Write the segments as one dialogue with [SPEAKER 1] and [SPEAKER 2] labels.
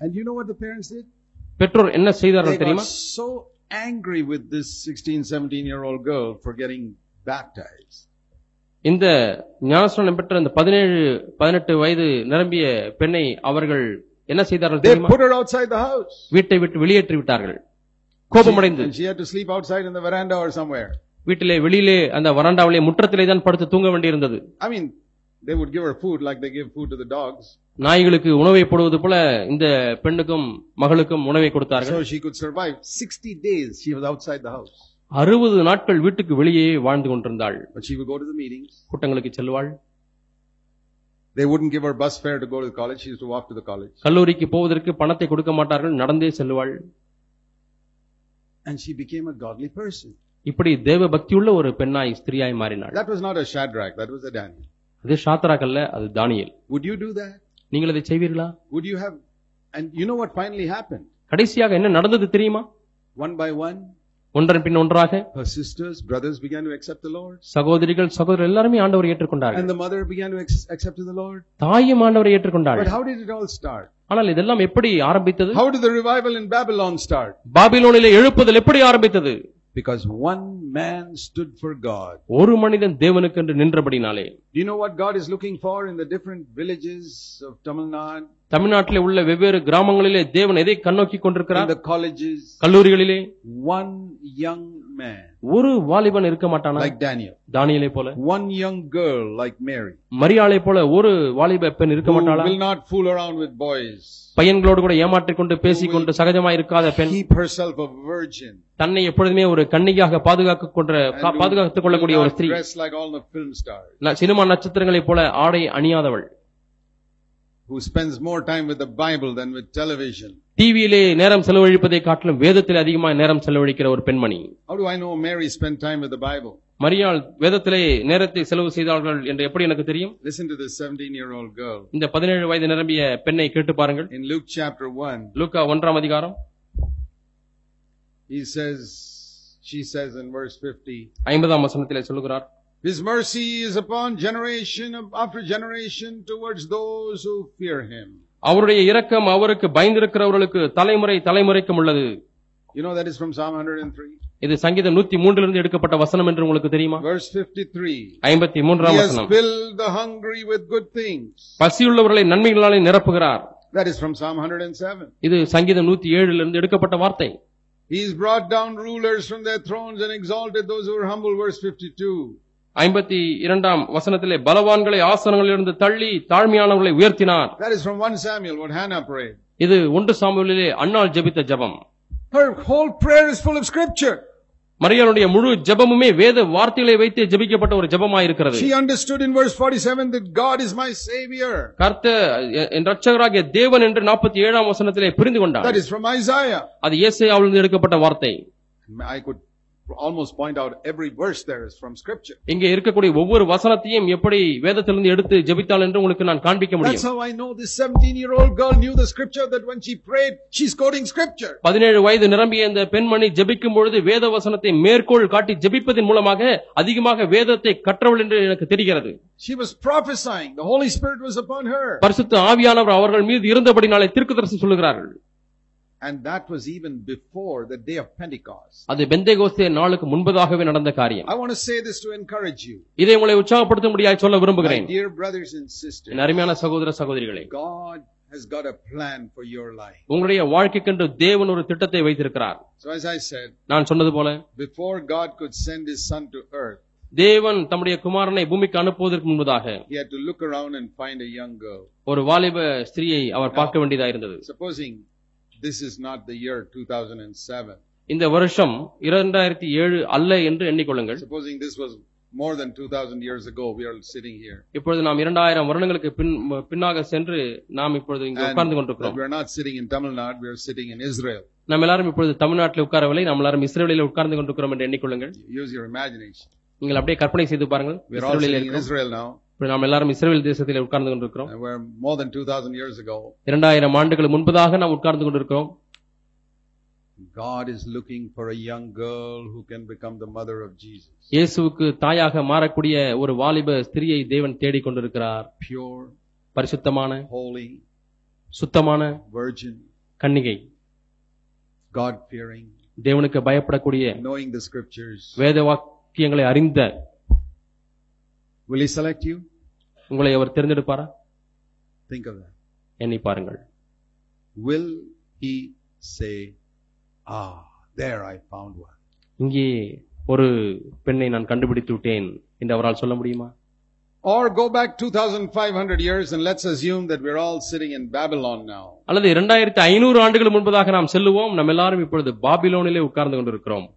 [SPEAKER 1] And you know what the parents did?
[SPEAKER 2] பெற்றோர் என்ன
[SPEAKER 1] They
[SPEAKER 2] செய்தார்கள்
[SPEAKER 1] got
[SPEAKER 2] தெரியுமா
[SPEAKER 1] so angry with this 16, 17 year old girl for getting baptized.
[SPEAKER 2] இந்த ஞானஸ்நானம் பெற்ற இந்த பதினேழு பதினெட்டு வயது நிரம்பிய பெண்ணை அவர்கள் என்ன செய்தார்கள்
[SPEAKER 1] They
[SPEAKER 2] தெரியுமா
[SPEAKER 1] put her outside the house.
[SPEAKER 2] வீட்டை விட்டு வெளியேற்றி விட்டார்கள்
[SPEAKER 1] She-
[SPEAKER 2] கோபமடைந்து
[SPEAKER 1] and she had to sleep outside in the veranda or somewhere.
[SPEAKER 2] வீட்டிலே வெளியிலே அந்த வராண்டாவிலே முற்றத்திலே தான் படுத்து தூங்க வேண்டியிருந்தது
[SPEAKER 1] I mean, they would give her food like they give food to the dogs
[SPEAKER 2] நாய்களுக்கு உணவை போடுவது போல இந்த பெண்ணுக்கும் மகளுக்கும் உணவை கொடுத்தார்கள்
[SPEAKER 1] so she could survive. 60 days she was outside the house.
[SPEAKER 2] அறுபது நாட்கள் வீட்டுக்கு வெளியே வாழ்ந்து கொண்டிருந்தாள்
[SPEAKER 1] But she would go to the meetings.
[SPEAKER 2] கூட்டங்களுக்கு செல்வாள்
[SPEAKER 1] They wouldn't give her bus fare to go to the college. She used to walk to the college.
[SPEAKER 2] கல்லூரிக்கு போவதற்கு பணத்தை கொடுக்க மாட்டார்கள் நடந்தே செல்வாள்
[SPEAKER 1] And she became a godly person.
[SPEAKER 2] இப்படி தேவ பக்தியுள்ள ஒரு பெண்ணாய் ஸ்திரியாய் மாறினாள்
[SPEAKER 1] That was not a Shadrach, that was a Daniel.
[SPEAKER 2] அது சாத்ராகல்ல அது தானியேல்
[SPEAKER 1] Would you do that?
[SPEAKER 2] நீங்கள் அதை செய்வீர்களா
[SPEAKER 1] Would you have. And you know what finally happened?
[SPEAKER 2] கடைசியாக என்ன நடந்தது தெரியுமா
[SPEAKER 1] One by one,
[SPEAKER 2] ஒன்றன் பின் ஒன்றாக
[SPEAKER 1] her sisters, brothers began to accept the Lord.
[SPEAKER 2] சகோதரிகள் சகோதரர் எல்லாருமே ஆண்டவரை ஏற்றுக்கொண்டார்கள்
[SPEAKER 1] And the mother began to ex- accept the Lord.
[SPEAKER 2] தாயும் ஆண்டவரை ஏற்றுக்கொண்டாள்
[SPEAKER 1] But how did it all start?
[SPEAKER 2] ஆனால் இதெல்லாம் எப்படி ஆரம்பித்தது
[SPEAKER 1] How did the revival in Babylon start?
[SPEAKER 2] பாபிலோனிலே எழுப்புதல் எப்படி ஆரம்பித்தது
[SPEAKER 1] Because one man stood for God.
[SPEAKER 2] ஒரு மனிதன் தேவனுக்கு என்று நின்றபடினாலே
[SPEAKER 1] Do you know what God is looking for in the different villages of Tamil Nadu,
[SPEAKER 2] தமிழ்நாட்டிலே உள்ள வெவ்வேறு கிராமங்களிலே தேவன் எதை கண்ணோக்கி
[SPEAKER 1] in
[SPEAKER 2] கொண்டிருக்கிறார்
[SPEAKER 1] the colleges?
[SPEAKER 2] கல்லூரிகளிலே
[SPEAKER 1] One young man
[SPEAKER 2] ஒரு வாலிபன் இருக்க மாட்டானா
[SPEAKER 1] like Daniel,
[SPEAKER 2] தானியலை போல
[SPEAKER 1] one young girl like Mary,
[SPEAKER 2] மரியாளை போல ஒரு வாலிப பெண் இருக்க
[SPEAKER 1] who
[SPEAKER 2] மாட்டாளா
[SPEAKER 1] will not fool around with boys,
[SPEAKER 2] பையன்களோடு கூட ஏமாற்றிக் கொண்டு பேசிக் கொண்டு சகஜமாய் இருக்காத பெண்
[SPEAKER 1] keep herself a virgin,
[SPEAKER 2] தன்னை எப்பொழுதுமே ஒரு கன்னிகையாக பாதுகாக்க கொண்ட
[SPEAKER 1] and
[SPEAKER 2] கா-
[SPEAKER 1] who
[SPEAKER 2] பாதுகாத்துக்
[SPEAKER 1] will
[SPEAKER 2] கொள்ளக்கூடிய ஒரு
[SPEAKER 1] not
[SPEAKER 2] ஸ்திரீ
[SPEAKER 1] dress like all the film stars,
[SPEAKER 2] ந- சினிமா நட்சத்திரங்களைப் போல ஆடை அணியாதவள்
[SPEAKER 1] who spends more time with the Bible than with television.
[SPEAKER 2] டிவியிலே நேரம் செலவழிப்பதை காட்டிலும் வேதத்தில் அதிகமாக நேரம் செலவழிக்கிற ஒரு பெண்மணி
[SPEAKER 1] How do I know Mary spent time with the Bible?
[SPEAKER 2] மரியாள் வேதத்திலே நேரத்தை செலவு செய்தார்கள் என்று எப்படி எனக்கு தெரியும்
[SPEAKER 1] Listen to this 17 year old girl.
[SPEAKER 2] இந்த பதினேழு வயது நிரம்பிய பெண்ணை கேட்டு பாருங்கள்
[SPEAKER 1] In Luke chapter 1,
[SPEAKER 2] லூக்கா ஒன்றாம் அதிகாரம்
[SPEAKER 1] he says, she says in verse 50,
[SPEAKER 2] ஐம்பதாம் வசனத்திலே சொல்லுகிறார்
[SPEAKER 1] His mercy is upon generation after generation towards those who fear him.
[SPEAKER 2] அவருடைய இரக்கம் அவருக்கு பயந்திருக்கிறவர்களுக்கு தலைமுறை தலைமுறைக்கும் உள்ளது
[SPEAKER 1] You know that is from Psalm 103,
[SPEAKER 2] இது சங்கீதம் நூத்தி மூன்றிலிருந்து எடுக்கப்பட்ட வசனம் என்று உங்களுக்கு தெரியுமா
[SPEAKER 1] verse 53.
[SPEAKER 2] ஐம்பத்தி
[SPEAKER 1] He
[SPEAKER 2] மூன்றாம்
[SPEAKER 1] has
[SPEAKER 2] வசனம்
[SPEAKER 1] filled the hungry with good things.
[SPEAKER 2] பசியுள்ளவர்களை நன்மைகளாலே நிரப்புகிறார்
[SPEAKER 1] That is from Psalm 107.
[SPEAKER 2] இது சங்கீதம் நூத்தி ஏழிலிருந்து எடுக்கப்பட்ட வார்த்தை
[SPEAKER 1] He has brought down rulers from their thrones and exalted those who are humble, verse 52.
[SPEAKER 2] ஐம்பத்தி இரண்டாம் வசனத்திலே பலவான்களை ஆசனங்களிலிருந்து தள்ளி தாழ்மையானவர்களை உயர்த்தினார்
[SPEAKER 1] That is from 1 Samuel, what Hannah prayed.
[SPEAKER 2] இது ஒன்று சாமுவேலிலே அன்னாள் ஜெபித்த ஜெபம்
[SPEAKER 1] Her whole prayer is full of scripture.
[SPEAKER 2] மரியாளுடைய முழு ஜெபமுமே வேத வார்த்தைகளை வைத்து ஜெபிக்கப்பட்ட ஒரு ஜெபமாயிருக்கிறது
[SPEAKER 1] She understood in verse 47 that God is my savior.
[SPEAKER 2] கர்த்த என் ரட்சகராகிய தேவன் என்று நாற்பத்தி ஏழாம் வசனத்திலே புரிந்து
[SPEAKER 1] That
[SPEAKER 2] கொண்டார்
[SPEAKER 1] is from Isaiah.
[SPEAKER 2] அது இயேசையாவிலிருந்து எடுக்கப்பட்ட வார்த்தை
[SPEAKER 1] I could almost point out every verse there is from scripture.
[SPEAKER 2] இங்கே இருக்கக்கூடிய ஒவ்வொரு வசனத்தையும் எப்படி வேதத்திலிருந்து எடுத்து ஜெபித்தாள் என்று உங்களுக்கு நான் காண்பிக்க
[SPEAKER 1] That's
[SPEAKER 2] முடியும்
[SPEAKER 1] how I know this 17 year old girl knew the scripture that when she prayed, she's quoting scripture.
[SPEAKER 2] பதினேழு வயது நிரம்பிய இந்த பெண்மணி ஜெபிக்கும் பொழுது வேத வசனத்தை மேற்கோள் காட்டி ஜெபிப்பதன் மூலமாக அதிகமாக வேதத்தை கற்றவள் என்று எனக்கு தெரிகிறது
[SPEAKER 1] She was prophesying. The Holy Spirit was upon her.
[SPEAKER 2] பரிசுத்த ஆவியானவர் அவர்கள் மீது இருந்தபடி நாளை தீர்க்கதரிசி சொல்லுகிறார்கள்
[SPEAKER 1] And that was even before the day of Pentecost.
[SPEAKER 2] அது பெந்தேகோஸ்தே நாளுக்கு முன்பதாகவே நடந்த காரியம்
[SPEAKER 1] I want to say this to encourage you.
[SPEAKER 2] இதை உங்களை உற்சாகப்படுத்த முடியாது சொல்ல
[SPEAKER 1] My
[SPEAKER 2] விரும்புகிறேன்
[SPEAKER 1] dear brothers and sisters,
[SPEAKER 2] என் அருமையான சகோதர சகோதரிகளே
[SPEAKER 1] God has got a plan for your life.
[SPEAKER 2] உங்களுடைய வாழ்க்கைக்கென்று தேவன் ஒரு திட்டத்தை வைத்திருக்கிறார்
[SPEAKER 1] So as I said,
[SPEAKER 2] நான் சொன்னது போல
[SPEAKER 1] before God could send his son to earth,
[SPEAKER 2] தேவன் தம்முடைய குமாரனை பூமிக்கு அனுப்புவதற்கு முன்பதாக
[SPEAKER 1] he had to look around and find a young girl.
[SPEAKER 2] ஒரு வாலிப ஸ்திரியை அவர் பார்க்க வேண்டியதா இருந்தது
[SPEAKER 1] Supposing this is not the year 2007.
[SPEAKER 2] இந்த வருஷம் இரண்டாயிரத்தி ஏழு அல்ல என்று எண்ணிக்கொள்ளுங்கள்
[SPEAKER 1] Supposing this was more than 2000 years ago we are sitting here.
[SPEAKER 2] இப்பொழுது நாம் இரண்டாயிரம் வருடங்களுக்கு பின் பின்னாக சென்று நாம் இப்பொழுது இங்கு உட்கார்ந்து கொண்டிருக்கிறோம்
[SPEAKER 1] we are not sitting in Tamil Nadu, we are sitting in Israel.
[SPEAKER 2] நாம் எல்லாரும் இப்பொழுது தமிழ்நாட்டில் உட்காரவில்லை நாம் எல்லாரும் இஸ்ரேலில் உட்கார்ந்து கொண்டிருக்கிறோம் என்று எண்ணிக்கொள்ளுங்கள்
[SPEAKER 1] Use your imagination.
[SPEAKER 2] நீங்கள் அப்படியே கற்பனை செய்து பாருங்கள்
[SPEAKER 1] We are all
[SPEAKER 2] இஸ்ரேலில்
[SPEAKER 1] sitting in
[SPEAKER 2] இருக்கிறோம்
[SPEAKER 1] Israel now,
[SPEAKER 2] இப்ப நாம் எல்லாரும் இஸ்ரேல் தேசத்தில் உட்கார்ந்து கொண்டிருக்கிறோம்
[SPEAKER 1] and we're more than 2000 years ago.
[SPEAKER 2] இரண்டாயிரம் ஆண்டுகள் முன்பதாக நாம் உட்கார்ந்து கொண்டிருக்கிறோம்
[SPEAKER 1] God is looking for a young girl who can become the mother of Jesus.
[SPEAKER 2] இயேசுவுக்கு தாயாக மாறக்கூடிய ஒரு வாலிப ஸ்திரியை தேவன் தேடிக் கொண்டிருக்கிறார்
[SPEAKER 1] Pure,
[SPEAKER 2] பரிசுத்தமான
[SPEAKER 1] holy,
[SPEAKER 2] சுத்தமான
[SPEAKER 1] virgin,
[SPEAKER 2] கன்னிகை
[SPEAKER 1] God fearing,
[SPEAKER 2] தேவனுக்கு பயப்படக்கூடிய
[SPEAKER 1] knowing the scriptures.
[SPEAKER 2] வேத வாக்கியங்களை அறிந்த
[SPEAKER 1] Will He select you?
[SPEAKER 2] உங்களை அவர் தேர்ந்தெடுப்பாரா
[SPEAKER 1] Think of that.
[SPEAKER 2] எண்ணி பாருங்கள்
[SPEAKER 1] Will He say, Ah, there I found one?
[SPEAKER 2] இங்கே ஒரு பெண்ணை நான் கண்டுபிடித்து விட்டேன் என்று அவரால் சொல்ல முடியுமா
[SPEAKER 1] Or go back 2,500 years and let's assume that we're all sitting in Babylon now.
[SPEAKER 2] அல்லது இரண்டாயிரத்தி ஐநூறு ஆண்டுகள் முன்பதாக நாம் செல்லுவோம் நம்ம எல்லாரும் இப்பொழுது பாபிலோனிலே உட்கார்ந்து கொண்டிருக்கிறோம்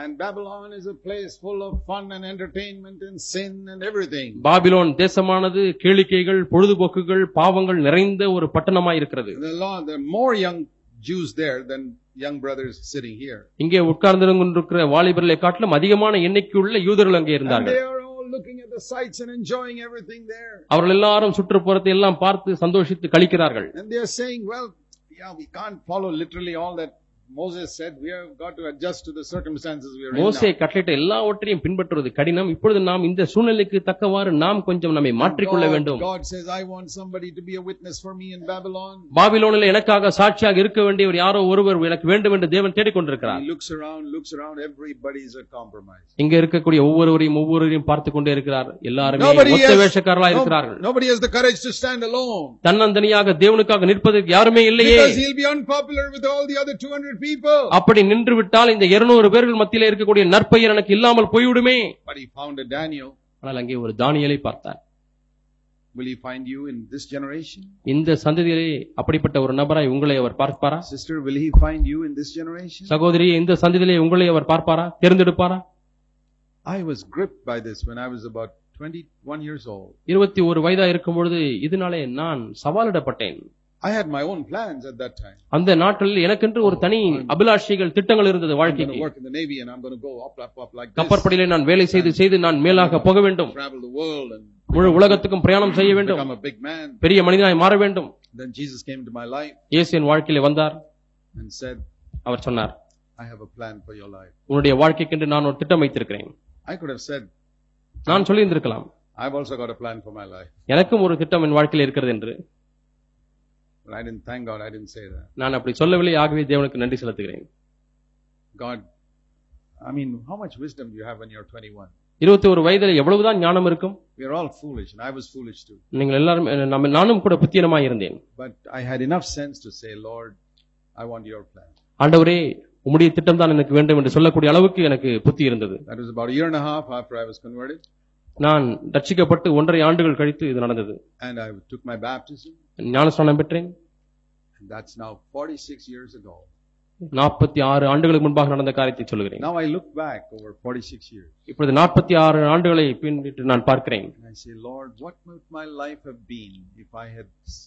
[SPEAKER 1] And Babylon is a place full of fun and entertainment and sin and everything.
[SPEAKER 2] Babylon தேசமானது கேளிக்கைகள் பொழுதுபோக்குகள் பாவங்கள் நிறைந்த ஒரு பட்டணமாய் இருக்கிறது
[SPEAKER 1] There are, a lot, there are more young Jews there than young brothers sitting here.
[SPEAKER 2] இங்கே உட்கார்ந்து கொண்டிருக்கிற வாலிபர்களை காட்டிலும் அதிகமான எண்ணிக்கையுள்ள யூதர்கள் அங்கே
[SPEAKER 1] And
[SPEAKER 2] இருந்தார்கள்
[SPEAKER 1] they are all looking at the sights and enjoying everything there.
[SPEAKER 2] அவர்கள் எல்லாரும் சுற்றுப்புறத்தை எல்லாம் பார்த்து சந்தோஷித்து கழிக்கிறார்கள்
[SPEAKER 1] And they are saying, well, yeah, we can't follow literally all that Moses said. We have got to adjust to the circumstances we are in.
[SPEAKER 2] மோசே
[SPEAKER 1] now."
[SPEAKER 2] கட்டளையிட்ட எல்லாவற்றையும் பின்பற்றுவது கடினம் இப்பொழுது நாம் இந்த சூழ்நிலைக்கு தக்கவாறு நாம் கொஞ்சம் நம்மை மாற்றிக்கொள்ள
[SPEAKER 1] God-
[SPEAKER 2] வேண்டும்
[SPEAKER 1] God says, I want somebody to be a witness for me in Babylon.
[SPEAKER 2] பாபிலோனில் எனக்காக சாட்சியாக இருக்க வேண்டியவர் யாரோ ஒருவர் எனக்கு வேண்டும் என்று தேவன் தேடிக்கொண்டிருக்கிறார்
[SPEAKER 1] He looks around, looks around, everybody's a compromise.
[SPEAKER 2] இங்க இருக்கக்கூடிய ஒவ்வொருவரையும் ஒவ்வொருவரையும் பார்த்து கொண்டே இருக்கிறார் எல்லாருமே
[SPEAKER 1] Nobody
[SPEAKER 2] ஒத்த
[SPEAKER 1] has-
[SPEAKER 2] வேஷக்காரர்களா
[SPEAKER 1] No-
[SPEAKER 2] இருக்கிறார்கள்
[SPEAKER 1] nobody has the courage to stand alone.
[SPEAKER 2] தன்னந்தனியாக தேவனுக்காக நிற்பதற்கு யாருமே இல்லையே
[SPEAKER 1] Because he'll be unpopular with all the other 200 people.
[SPEAKER 2] அப்படி நின்று விட்டால் இந்த 200 பேர்கள் மத்தியில இருக்கக்கூடிய நற்பெயர் எனக்கு இல்லாமல் போய்விடுமே
[SPEAKER 1] But he found a Daniel.
[SPEAKER 2] ஆனால் அங்கே ஒரு தானியலை பார்த்தார்
[SPEAKER 1] Will he find you in this generation?
[SPEAKER 2] இந்த சந்ததியிலே அப்படிப்பட்ட ஒரு நபராய் உங்களை அவர் பார்ப்பாரா
[SPEAKER 1] Sister, will he find you in this generation?
[SPEAKER 2] சகோதரி இந்த சந்ததியிலே உங்களை அவர் பார்ப்பாரா தேர்ந்தெடுப்பாரா
[SPEAKER 1] I was gripped by this when I was about 21 years old.
[SPEAKER 2] இருபத்தி ஒரு வயதா இருக்கும் பொழுது இதனாலே நான் சவாலிடப்பட்டேன்
[SPEAKER 1] I had my own plans at that time.
[SPEAKER 2] அந்த நாட்களில் எனக்கென்று ஒரு தனி அபிலாஷைகள் திட்டங்கள் இருந்தது
[SPEAKER 1] I'm going to
[SPEAKER 2] வாழ்க்கைக்கு
[SPEAKER 1] work in the Navy and I'm going to go up, up, up like this.
[SPEAKER 2] கப்பற்படையிலே நான் வேலை செய்து செய்து நான் மேலாக போக வேண்டும்
[SPEAKER 1] Travel the world and
[SPEAKER 2] முழு உலகத்துக்கும் பிரயாணம் செய்ய வேண்டும்
[SPEAKER 1] become a big man.
[SPEAKER 2] பெரிய மனிதனாய் மாற வேண்டும்
[SPEAKER 1] Then Jesus came into my life
[SPEAKER 2] இயேசு என் வாழ்க்கையிலே வந்தார்
[SPEAKER 1] and said,
[SPEAKER 2] அவர் சொன்னார்
[SPEAKER 1] I have a plan for your life.
[SPEAKER 2] உன்னுடைய வாழ்க்கைக்கென்று நான் ஒரு திட்டம் வைத்திருக்கிறேன்
[SPEAKER 1] I could have said,
[SPEAKER 2] நான் சொல்லியிருந்திருக்கலாம்
[SPEAKER 1] I've also got a plan for my life.
[SPEAKER 2] எனக்கும் ஒரு திட்டம் என் வாழ்க்கையில் இருக்கிறது என்று
[SPEAKER 1] But I didn't, thank God, I didn't say that.
[SPEAKER 2] நான் அப்படி சொல்லவில்லை ஆகவே தேவனுக்கு நன்றி செலுத்துகிறேன்
[SPEAKER 1] God, I mean, how much wisdom do you have when you're 21?
[SPEAKER 2] இருபத்தி ஒரு வயதில் எவ்வளவுதான் ஞானம் இருக்கும்
[SPEAKER 1] We are all foolish, and I was foolish too.
[SPEAKER 2] நீங்கள் எல்லாரும் நம்ம நானும் கூட புத்தியனமாய் இருந்தேன்
[SPEAKER 1] But I had enough sense to say, Lord, I want your plan.
[SPEAKER 2] ஆண்டவரே உம்முடைய திட்டம் தான் எனக்கு வேண்டும் என்று சொல்லக்கூடிய அளவுக்கு எனக்கு புத்தி இருந்தது
[SPEAKER 1] That was about a year and a half after I was converted,
[SPEAKER 2] நான் ரட்சிக்கப்பட்டு ஒன்றரை ஆண்டுகள் கழித்து இது நடந்தது
[SPEAKER 1] and I took my baptism,
[SPEAKER 2] ஞானஸ்நானம் பெற்றேன்
[SPEAKER 1] and that's now 46 years ago.
[SPEAKER 2] நாற்பத்தி ஆறு ஆண்டுகளுக்கு முன்பாக நடந்த காரியத்தை சொல்கிறேன்
[SPEAKER 1] Now I look back over 46 years,
[SPEAKER 2] இப்பொழுது நாற்பத்தி ஆறு ஆண்டுகளை பின்னிட்டு நான் பார்க்கிறேன்
[SPEAKER 1] and I say, Lord, what would my life have been if I had s-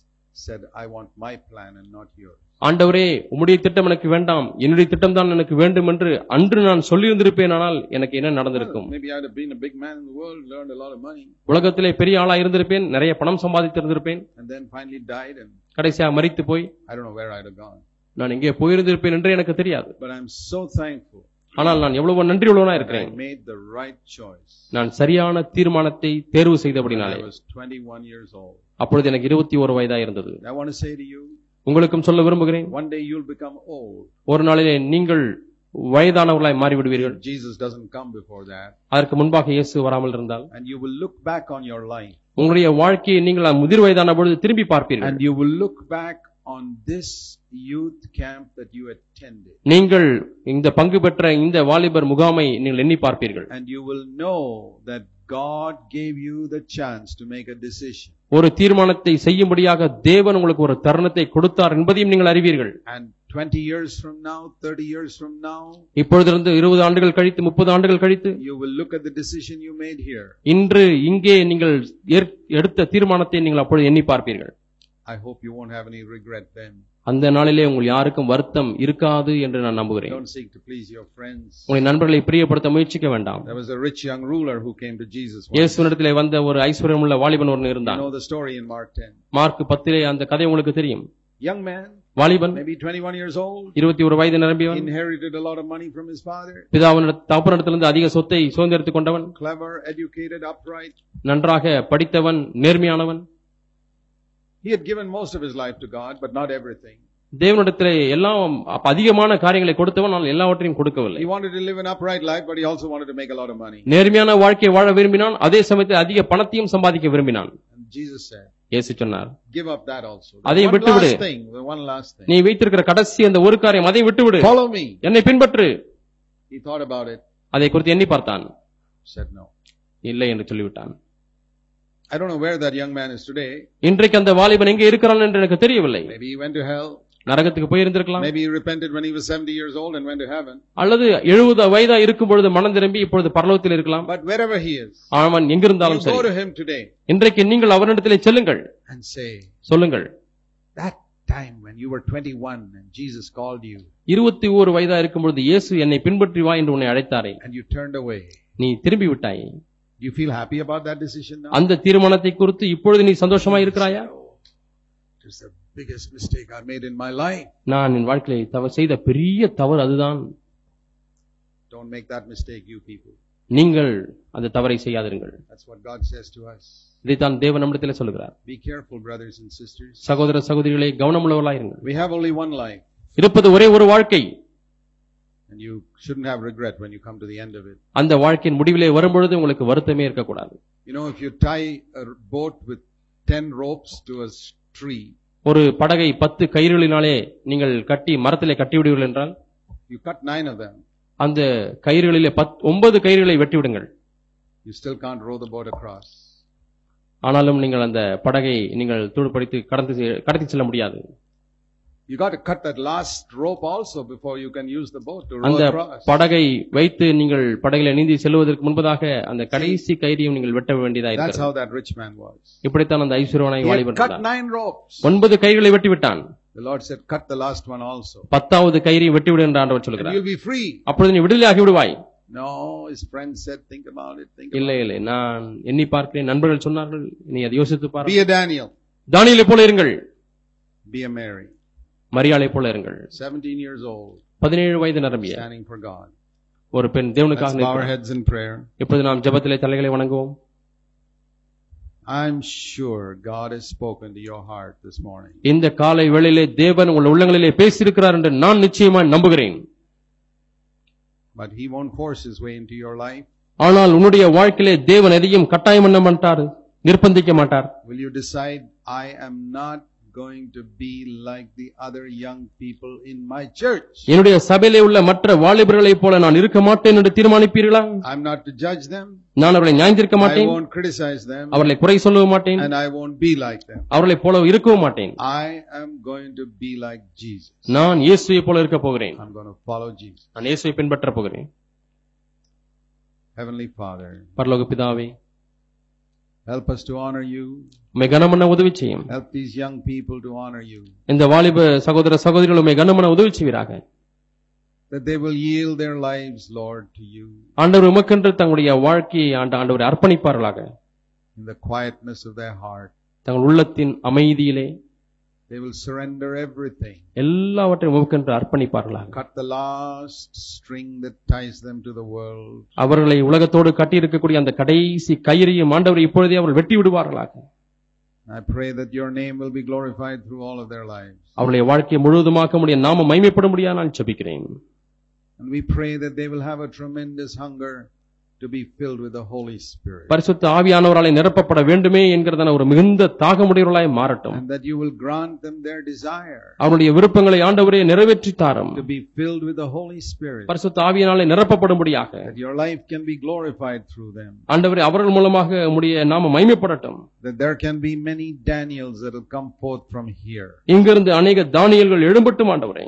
[SPEAKER 1] said, I want my plan and not yours?
[SPEAKER 2] ஆண்டவரே உம்முடைய திட்டம் எனக்கு வேண்டாம் என்னுடைய திட்டம் தான் எனக்கு வேண்டும் என்று அன்று நான் சொல்லியிருந்திருப்பேன் ஆனால் எனக்கு என்ன நடந்திருக்கும்
[SPEAKER 1] Maybe I'd have been a big man in the world, learned a lot of money,
[SPEAKER 2] உலகத்திலே பெரிய ஆளா இருந்திருப்பேன் நிறைய பணம் சம்பாதித்திருந்திருப்பேன்
[SPEAKER 1] and then finally died, and
[SPEAKER 2] கடைசியா மரித்து போய்
[SPEAKER 1] I don't know where I'd have gone.
[SPEAKER 2] நான் எங்கே போயிருந்திருப்பேன் என்று எனக்கு தெரியாது
[SPEAKER 1] But I'm so thankful
[SPEAKER 2] ஆனால் நான் எவ்வளவு நன்றி உள்ளவனா
[SPEAKER 1] that I
[SPEAKER 2] இருக்கிறேன்
[SPEAKER 1] made the right choice.
[SPEAKER 2] நான் சரியான தீர்மானத்தை தேர்வு
[SPEAKER 1] when I
[SPEAKER 2] செய்தபடினாலே
[SPEAKER 1] was 21 years old.
[SPEAKER 2] அப்பொழுது எனக்கு இருபத்தி ஒரு வயதா இருந்தது
[SPEAKER 1] And I want to say to you,
[SPEAKER 2] உங்களுக்கும் சொல்ல விரும்புகிறேன்
[SPEAKER 1] one day you'll become old.
[SPEAKER 2] ஒரு நாளிலே நீங்கள் வயதானவர்களாய் மாறிவிடுவீர்கள்
[SPEAKER 1] Jesus doesn't come before that.
[SPEAKER 2] அதற்கு முன்பாக இயேசு வராமல் இருந்தால்
[SPEAKER 1] And you will look back on your life.
[SPEAKER 2] உங்களுடைய வாழ்க்கையை நீங்கள் முதிர் வயதான பொழுது திரும்பி பார்ப்பீர்கள்
[SPEAKER 1] And you will look back on this youth camp that you attended.
[SPEAKER 2] நீங்கள் இந்த பங்கு பெற்ற இந்த வாலிபர் முகாமை நீங்கள் எண்ணி பார்ப்பீர்கள்
[SPEAKER 1] And you will know that God gave you the chance to make a decision.
[SPEAKER 2] ஒரு தீர்மானத்தை செய்யும்படியாக தேவன் உங்களுக்கு ஒரு தருணத்தை கொடுத்தார் என்பதையும் நீங்கள் அறிவீர்கள்
[SPEAKER 1] And 20 years from now, 30 years from now,
[SPEAKER 2] இப்பொழுதிருந்து இருபது ஆண்டுகள் கழித்து முப்பது ஆண்டுகள் கழித்து
[SPEAKER 1] you will look at the decision you made here.
[SPEAKER 2] இன்று இங்கே நீங்கள் ஏற்- எடுத்த தீர்மானத்தை நீங்கள் அப்பொழுது எண்ணி பார்ப்பீர்கள்
[SPEAKER 1] I hope you won't have any regret then.
[SPEAKER 2] அந்த நாளிலே உங்கள் யாருக்கும் வருத்தம் இருக்காது என்று நான் நம்புகிறேன்
[SPEAKER 1] Don't seek to please your friends.
[SPEAKER 2] உங்களை நண்பர்களை பிரியப்படுத்த முயற்சிக்க வேண்டாம்
[SPEAKER 1] There was a rich young ruler who came to Jesus. once.
[SPEAKER 2] இயேசுனிடத்திலே வந்த ஒரு ஐஸ்வர்யமுள்ள வாலிபன் ஒருவன்
[SPEAKER 1] You
[SPEAKER 2] இருந்தான்
[SPEAKER 1] know the story in Mark 10.
[SPEAKER 2] Mark பத்திலே அந்த கதை உங்களுக்கு தெரியும்
[SPEAKER 1] Young man,
[SPEAKER 2] வாலிபன்
[SPEAKER 1] maybe 21 years old,
[SPEAKER 2] இருபத்தி ஒரு வயது நிரம்பியவன்
[SPEAKER 1] inherited a lot of money from his father.
[SPEAKER 2] பிதாவினிட- தகப்பனிடத்திலிருந்து அதிக சொத்தை சுதந்திரத்துக் கொண்டவன்
[SPEAKER 1] Clever, educated, upright.
[SPEAKER 2] நன்றாக படித்தவன் நேர்மையானவன்
[SPEAKER 1] He had given most of his life to God, but not everything.
[SPEAKER 2] தேவனிடத்திலே எல்லாம் அப்ப அதிகமான காரியங்களை கொடுத்தவன் நான் எல்லாவற்றையும் கொடுக்கவில்லை
[SPEAKER 1] He wanted to live an upright life, but he also wanted to make a lot of money.
[SPEAKER 2] நேர்மையான வாழ்க்கையை வாழ விரும்பினான் அதே சமயத்தில் அதிக பணத்தையும் சம்பாதிக்க விரும்பினான்
[SPEAKER 1] And Jesus said,
[SPEAKER 2] இயேசு சொன்னார்
[SPEAKER 1] give up that also.
[SPEAKER 2] அதை
[SPEAKER 1] One
[SPEAKER 2] விட்டுவிடு.
[SPEAKER 1] last thing, one last thing.
[SPEAKER 2] நீ வைத்திருக்கிற கடைசி அந்த ஒரு காரியம் அதை விட்டுவிடு
[SPEAKER 1] Follow me.
[SPEAKER 2] என்னை பின்பற்று
[SPEAKER 1] He thought about it,
[SPEAKER 2] அதை குறித்து எண்ணி பார்த்தான்
[SPEAKER 1] said no.
[SPEAKER 2] இல்லை என்று சொல்லிவிட்டான்
[SPEAKER 1] I don't know where that young man is today.
[SPEAKER 2] இன்றைக்கு அந்த வாலிபன் எங்கே இருக்கிறான் என்று எனக்கு தெரியவில்லை
[SPEAKER 1] Maybe he went to hell.
[SPEAKER 2] நரகத்துக்கு போயிருந்திருக்கலாம்
[SPEAKER 1] Maybe he repented when he was 70 years old and went to heaven.
[SPEAKER 2] அல்லது எழுபது வயதா இருக்கும் பொழுது மனம் திரும்பி இப்பொழுது பரலோகத்தில் இருக்கலாம்
[SPEAKER 1] But wherever he is,
[SPEAKER 2] அவன்
[SPEAKER 1] you
[SPEAKER 2] எங்கிருந்தாலும்
[SPEAKER 1] go
[SPEAKER 2] சரி
[SPEAKER 1] to him today
[SPEAKER 2] இன்றைக்கு நீங்கள் அவரிடத்திலே செல்லுங்கள்
[SPEAKER 1] and say,
[SPEAKER 2] சொல்லுங்கள்
[SPEAKER 1] that time when you were 21 and Jesus called you
[SPEAKER 2] இருபத்தி ஓரு வயதா இருக்கும் பொழுது இயேசு என்னை பின்பற்றி வா என்று உன்னை அழைத்தாரே
[SPEAKER 1] and you turned away.
[SPEAKER 2] நீ திரும்பி விட்டாய்
[SPEAKER 1] Do you feel happy about that decision now?
[SPEAKER 2] அந்த தீர்மானத்தை குறித்து இப்பொழுது நீ சந்தோஷமா இருக்கிறாயா
[SPEAKER 1] No. It was the biggest mistake I made in my life.
[SPEAKER 2] நான் என் வாழ்க்கையிலே தவறு செய்த பெரிய தவறு அதுதான்
[SPEAKER 1] Don't make that mistake, you people.
[SPEAKER 2] நீங்கள் அந்த தவறை செய்யாதிருங்கள்
[SPEAKER 1] That's what God says to us.
[SPEAKER 2] இதைத்தான் தேவன் நம்மிடத்திலே சொல்லுகிறார்
[SPEAKER 1] Be careful, brothers and sisters.
[SPEAKER 2] சகோதர சகோதரிகளே கவனமுள்ளவர்களாயிருங்கள்
[SPEAKER 1] We have only one life,
[SPEAKER 2] இருப்பது ஒரே ஒரு வாழ்க்கை
[SPEAKER 1] and you shouldn't have regret when you come to the end of it.
[SPEAKER 2] அந்த வாழ்க்கையின் முடிவிலே வரும்பொழுது உங்களுக்கு வருத்தமே இருக்கக்கூடாது
[SPEAKER 1] You know, if you tie a r- boat with 10 ropes to a s- tree,
[SPEAKER 2] ஒரு படகை பத்து கயிறுகளினாலே நீங்கள் கட்டி மரத்திலே கட்டிவிடுவீர்கள் என்றால்
[SPEAKER 1] you cut nine of them,
[SPEAKER 2] அந்த கயிறுகளிலே பத் ஒன்பது கயிறுகளை வெட்டிவிடுங்கள்
[SPEAKER 1] you still can't row the boat across.
[SPEAKER 2] ஆனாலும் நீங்கள் அந்த படகை நீங்கள் துடுப்படுத்தி கடந்து செ- கடத்தி செல்ல முடியாது
[SPEAKER 1] You got to cut that last rope also before you can use the boat to row
[SPEAKER 2] அந்த
[SPEAKER 1] across.
[SPEAKER 2] படகை வைத்து நீங்கள் படகில நீந்தி செல்வதற்கு முன்பதாக அந்த கடைசி கயிறையும் நீங்கள் வெட்ட வேண்டியதா
[SPEAKER 1] That's
[SPEAKER 2] இருக்கிறது
[SPEAKER 1] how that rich man was.
[SPEAKER 2] இப்படித்தான் அந்த ஐஸ்வர்யவனை
[SPEAKER 1] He had
[SPEAKER 2] வாலிபன்
[SPEAKER 1] cut
[SPEAKER 2] இருந்தான்.
[SPEAKER 1] nine ropes.
[SPEAKER 2] ஒன்பது கயிறுகளை வெட்டி விட்டான்
[SPEAKER 1] The Lord said, cut the last one also.
[SPEAKER 2] பத்தாவது கயிறையும் வெட்டி விடு என்று ஆண்டவர்
[SPEAKER 1] And
[SPEAKER 2] சொல்கிறார்
[SPEAKER 1] you'll be free.
[SPEAKER 2] அப்பொழுது நீ விடுதலை ஆகி விடுவாய்
[SPEAKER 1] No, his friend said, think about it, think
[SPEAKER 2] இல்லை இல்லை நான் எண்ணி பார்க்கிறேன் நண்பர்கள் சொன்னார்கள் நீ அதை யோசித்து
[SPEAKER 1] about it.
[SPEAKER 2] பாரு
[SPEAKER 1] Be a Daniel.
[SPEAKER 2] தானியலை போல இருங்கள்
[SPEAKER 1] Be a Mary.
[SPEAKER 2] மரியாளை போல இருங்கள்
[SPEAKER 1] 17 years old,
[SPEAKER 2] பதினேழு வயது நிரம்பிய
[SPEAKER 1] standing for God.
[SPEAKER 2] ஒரு பெண்
[SPEAKER 1] Let's
[SPEAKER 2] தேவனுக்காக
[SPEAKER 1] bow our
[SPEAKER 2] நிற்கிறார்.
[SPEAKER 1] heads in prayer.
[SPEAKER 2] இப்பொழுது நாம் ஜெபத்திலே தலைகளை வணங்குவோம்
[SPEAKER 1] I'm sure God has spoken to your heart this morning.
[SPEAKER 2] இந்த காலை வேளையிலே தேவன் உங்கள் உள்ளங்களிலே பேசியிருக்கிறார் என்று நான் நிச்சயமாய் நம்புகிறேன்
[SPEAKER 1] But he won't force his way into your life.
[SPEAKER 2] ஆனால் உன்னுடைய வாழ்க்கையிலே தேவன் எதையும் கட்டாயம் பண்ண மாட்டார் நிர்பந்திக்க மாட்டார்
[SPEAKER 1] Will you decide, I am not going to be like the other young people in my church?
[SPEAKER 2] என்னுடைய சபையிலே உள்ள மற்ற வாலிபர்களைப் போல நான் இருக்க மாட்டேன் என்று தீர்மானிப்பீர்களா
[SPEAKER 1] I'm not to judge them.
[SPEAKER 2] நான் அவர்களை நியாயந்திருக்க
[SPEAKER 1] I
[SPEAKER 2] மாட்டேன்
[SPEAKER 1] won't criticize them.
[SPEAKER 2] அவர்களை குறை சொல்லவும் மாட்டேன்
[SPEAKER 1] And I won't be like them.
[SPEAKER 2] அவர்களை போல இருக்கவும் மாட்டேன்
[SPEAKER 1] I am going to be like Jesus.
[SPEAKER 2] நான் இயேசுவை போல இருக்க போகிறேன்
[SPEAKER 1] I'm going to follow Jesus.
[SPEAKER 2] நான் இயேசுவை பின்பற்ற போகிறேன்
[SPEAKER 1] Heavenly Father,
[SPEAKER 2] பரலோக பிதாவே
[SPEAKER 1] help us to honor you.
[SPEAKER 2] உம்மை கனமன உதவி செய்யும்
[SPEAKER 1] Help these young people to honor you.
[SPEAKER 2] இந்த வாலிப சகோதர சகோதரிகள் உண்மை கனமன உதவி செய்வீராக
[SPEAKER 1] That they will yield their lives, Lord, to you.
[SPEAKER 2] ஆண்டவர் உமக்கென்று தங்களுடைய வாழ்க்கையை ஆண்ட ஆண்டவர் அர்ப்பணிப்பார்களாக
[SPEAKER 1] In the quietness of their heart,
[SPEAKER 2] தங்கள் உள்ளத்தின் அமைதியிலே
[SPEAKER 1] they will surrender everything.
[SPEAKER 2] எல்லாவற்றையும் உமக்கென்று அர்ப்பணிப்பார்களாக
[SPEAKER 1] Cut the last string that ties them to the world.
[SPEAKER 2] அவர்களை உலகத்தோடு கட்டியிருக்கக்கூடிய அந்த கடைசி கயிறையும் ஆண்டவரை இப்பொழுதே அவர்கள் வெட்டி விடுவார்களாக
[SPEAKER 1] I pray that your name will be glorified through all of their lives.
[SPEAKER 2] அவருடைய வாழ்க்கையை முழுவதுமாக்க முடிய நாம மைமைப்பட முடியாது நான் ஜெபிக்கிறேன்
[SPEAKER 1] And we pray that they will have a tremendous hunger to be filled with the Holy Spirit.
[SPEAKER 2] பரிசுத்த ஆவியானவராலே நிரப்பப்பட வேண்டுமே என்கிறதான ஒரு மிகுந்த தாகமுடையவர்களாய் மாறட்டும்
[SPEAKER 1] and that you will grant them their desire
[SPEAKER 2] அவருடைய விருப்பங்களை ஆண்டவரே நிறைவேற்றி தாரும்
[SPEAKER 1] to be filled with the Holy Spirit,
[SPEAKER 2] பரிசுத்த ஆவியினாலே நிரப்பப்படும்படியாக
[SPEAKER 1] that your life can be glorified through them,
[SPEAKER 2] ஆண்டவரே அவர்கள் மூலமாக உம்முடைய நாம மைமைப்படட்டும்
[SPEAKER 1] that there can be many Daniels that will come forth from here.
[SPEAKER 2] இங்கிருந்து அநேக தானியல்கள் எழும்பட்டும் ஆண்டவரே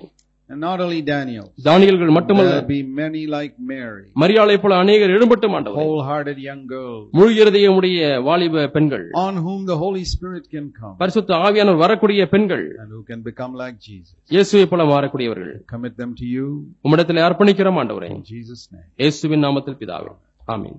[SPEAKER 1] And not only Daniel,
[SPEAKER 2] தானியல்கள் மட்டுமல்ல
[SPEAKER 1] there will be many like Mary,
[SPEAKER 2] மரியாளை போல அநேகர் எழும்பட்டும் ஆண்டவரே
[SPEAKER 1] wholehearted young girls,
[SPEAKER 2] முழு இருதயமுடைய வாலிப பெண்கள்
[SPEAKER 1] on whom the Holy Spirit can come
[SPEAKER 2] பரிசுத்த ஆவியானவர் வரக்கூடிய பெண்கள்
[SPEAKER 1] and who can become like Jesus.
[SPEAKER 2] இயேசுவை போல மாறக்கூடியவர்கள்
[SPEAKER 1] Commit them to you
[SPEAKER 2] உம்மிடத்தில் அர்ப்பணிக்கிறோம் ஆண்டவரே
[SPEAKER 1] in Jesus' name.
[SPEAKER 2] இயேசுவின் நாமத்தில் பிதாவே ஆமென்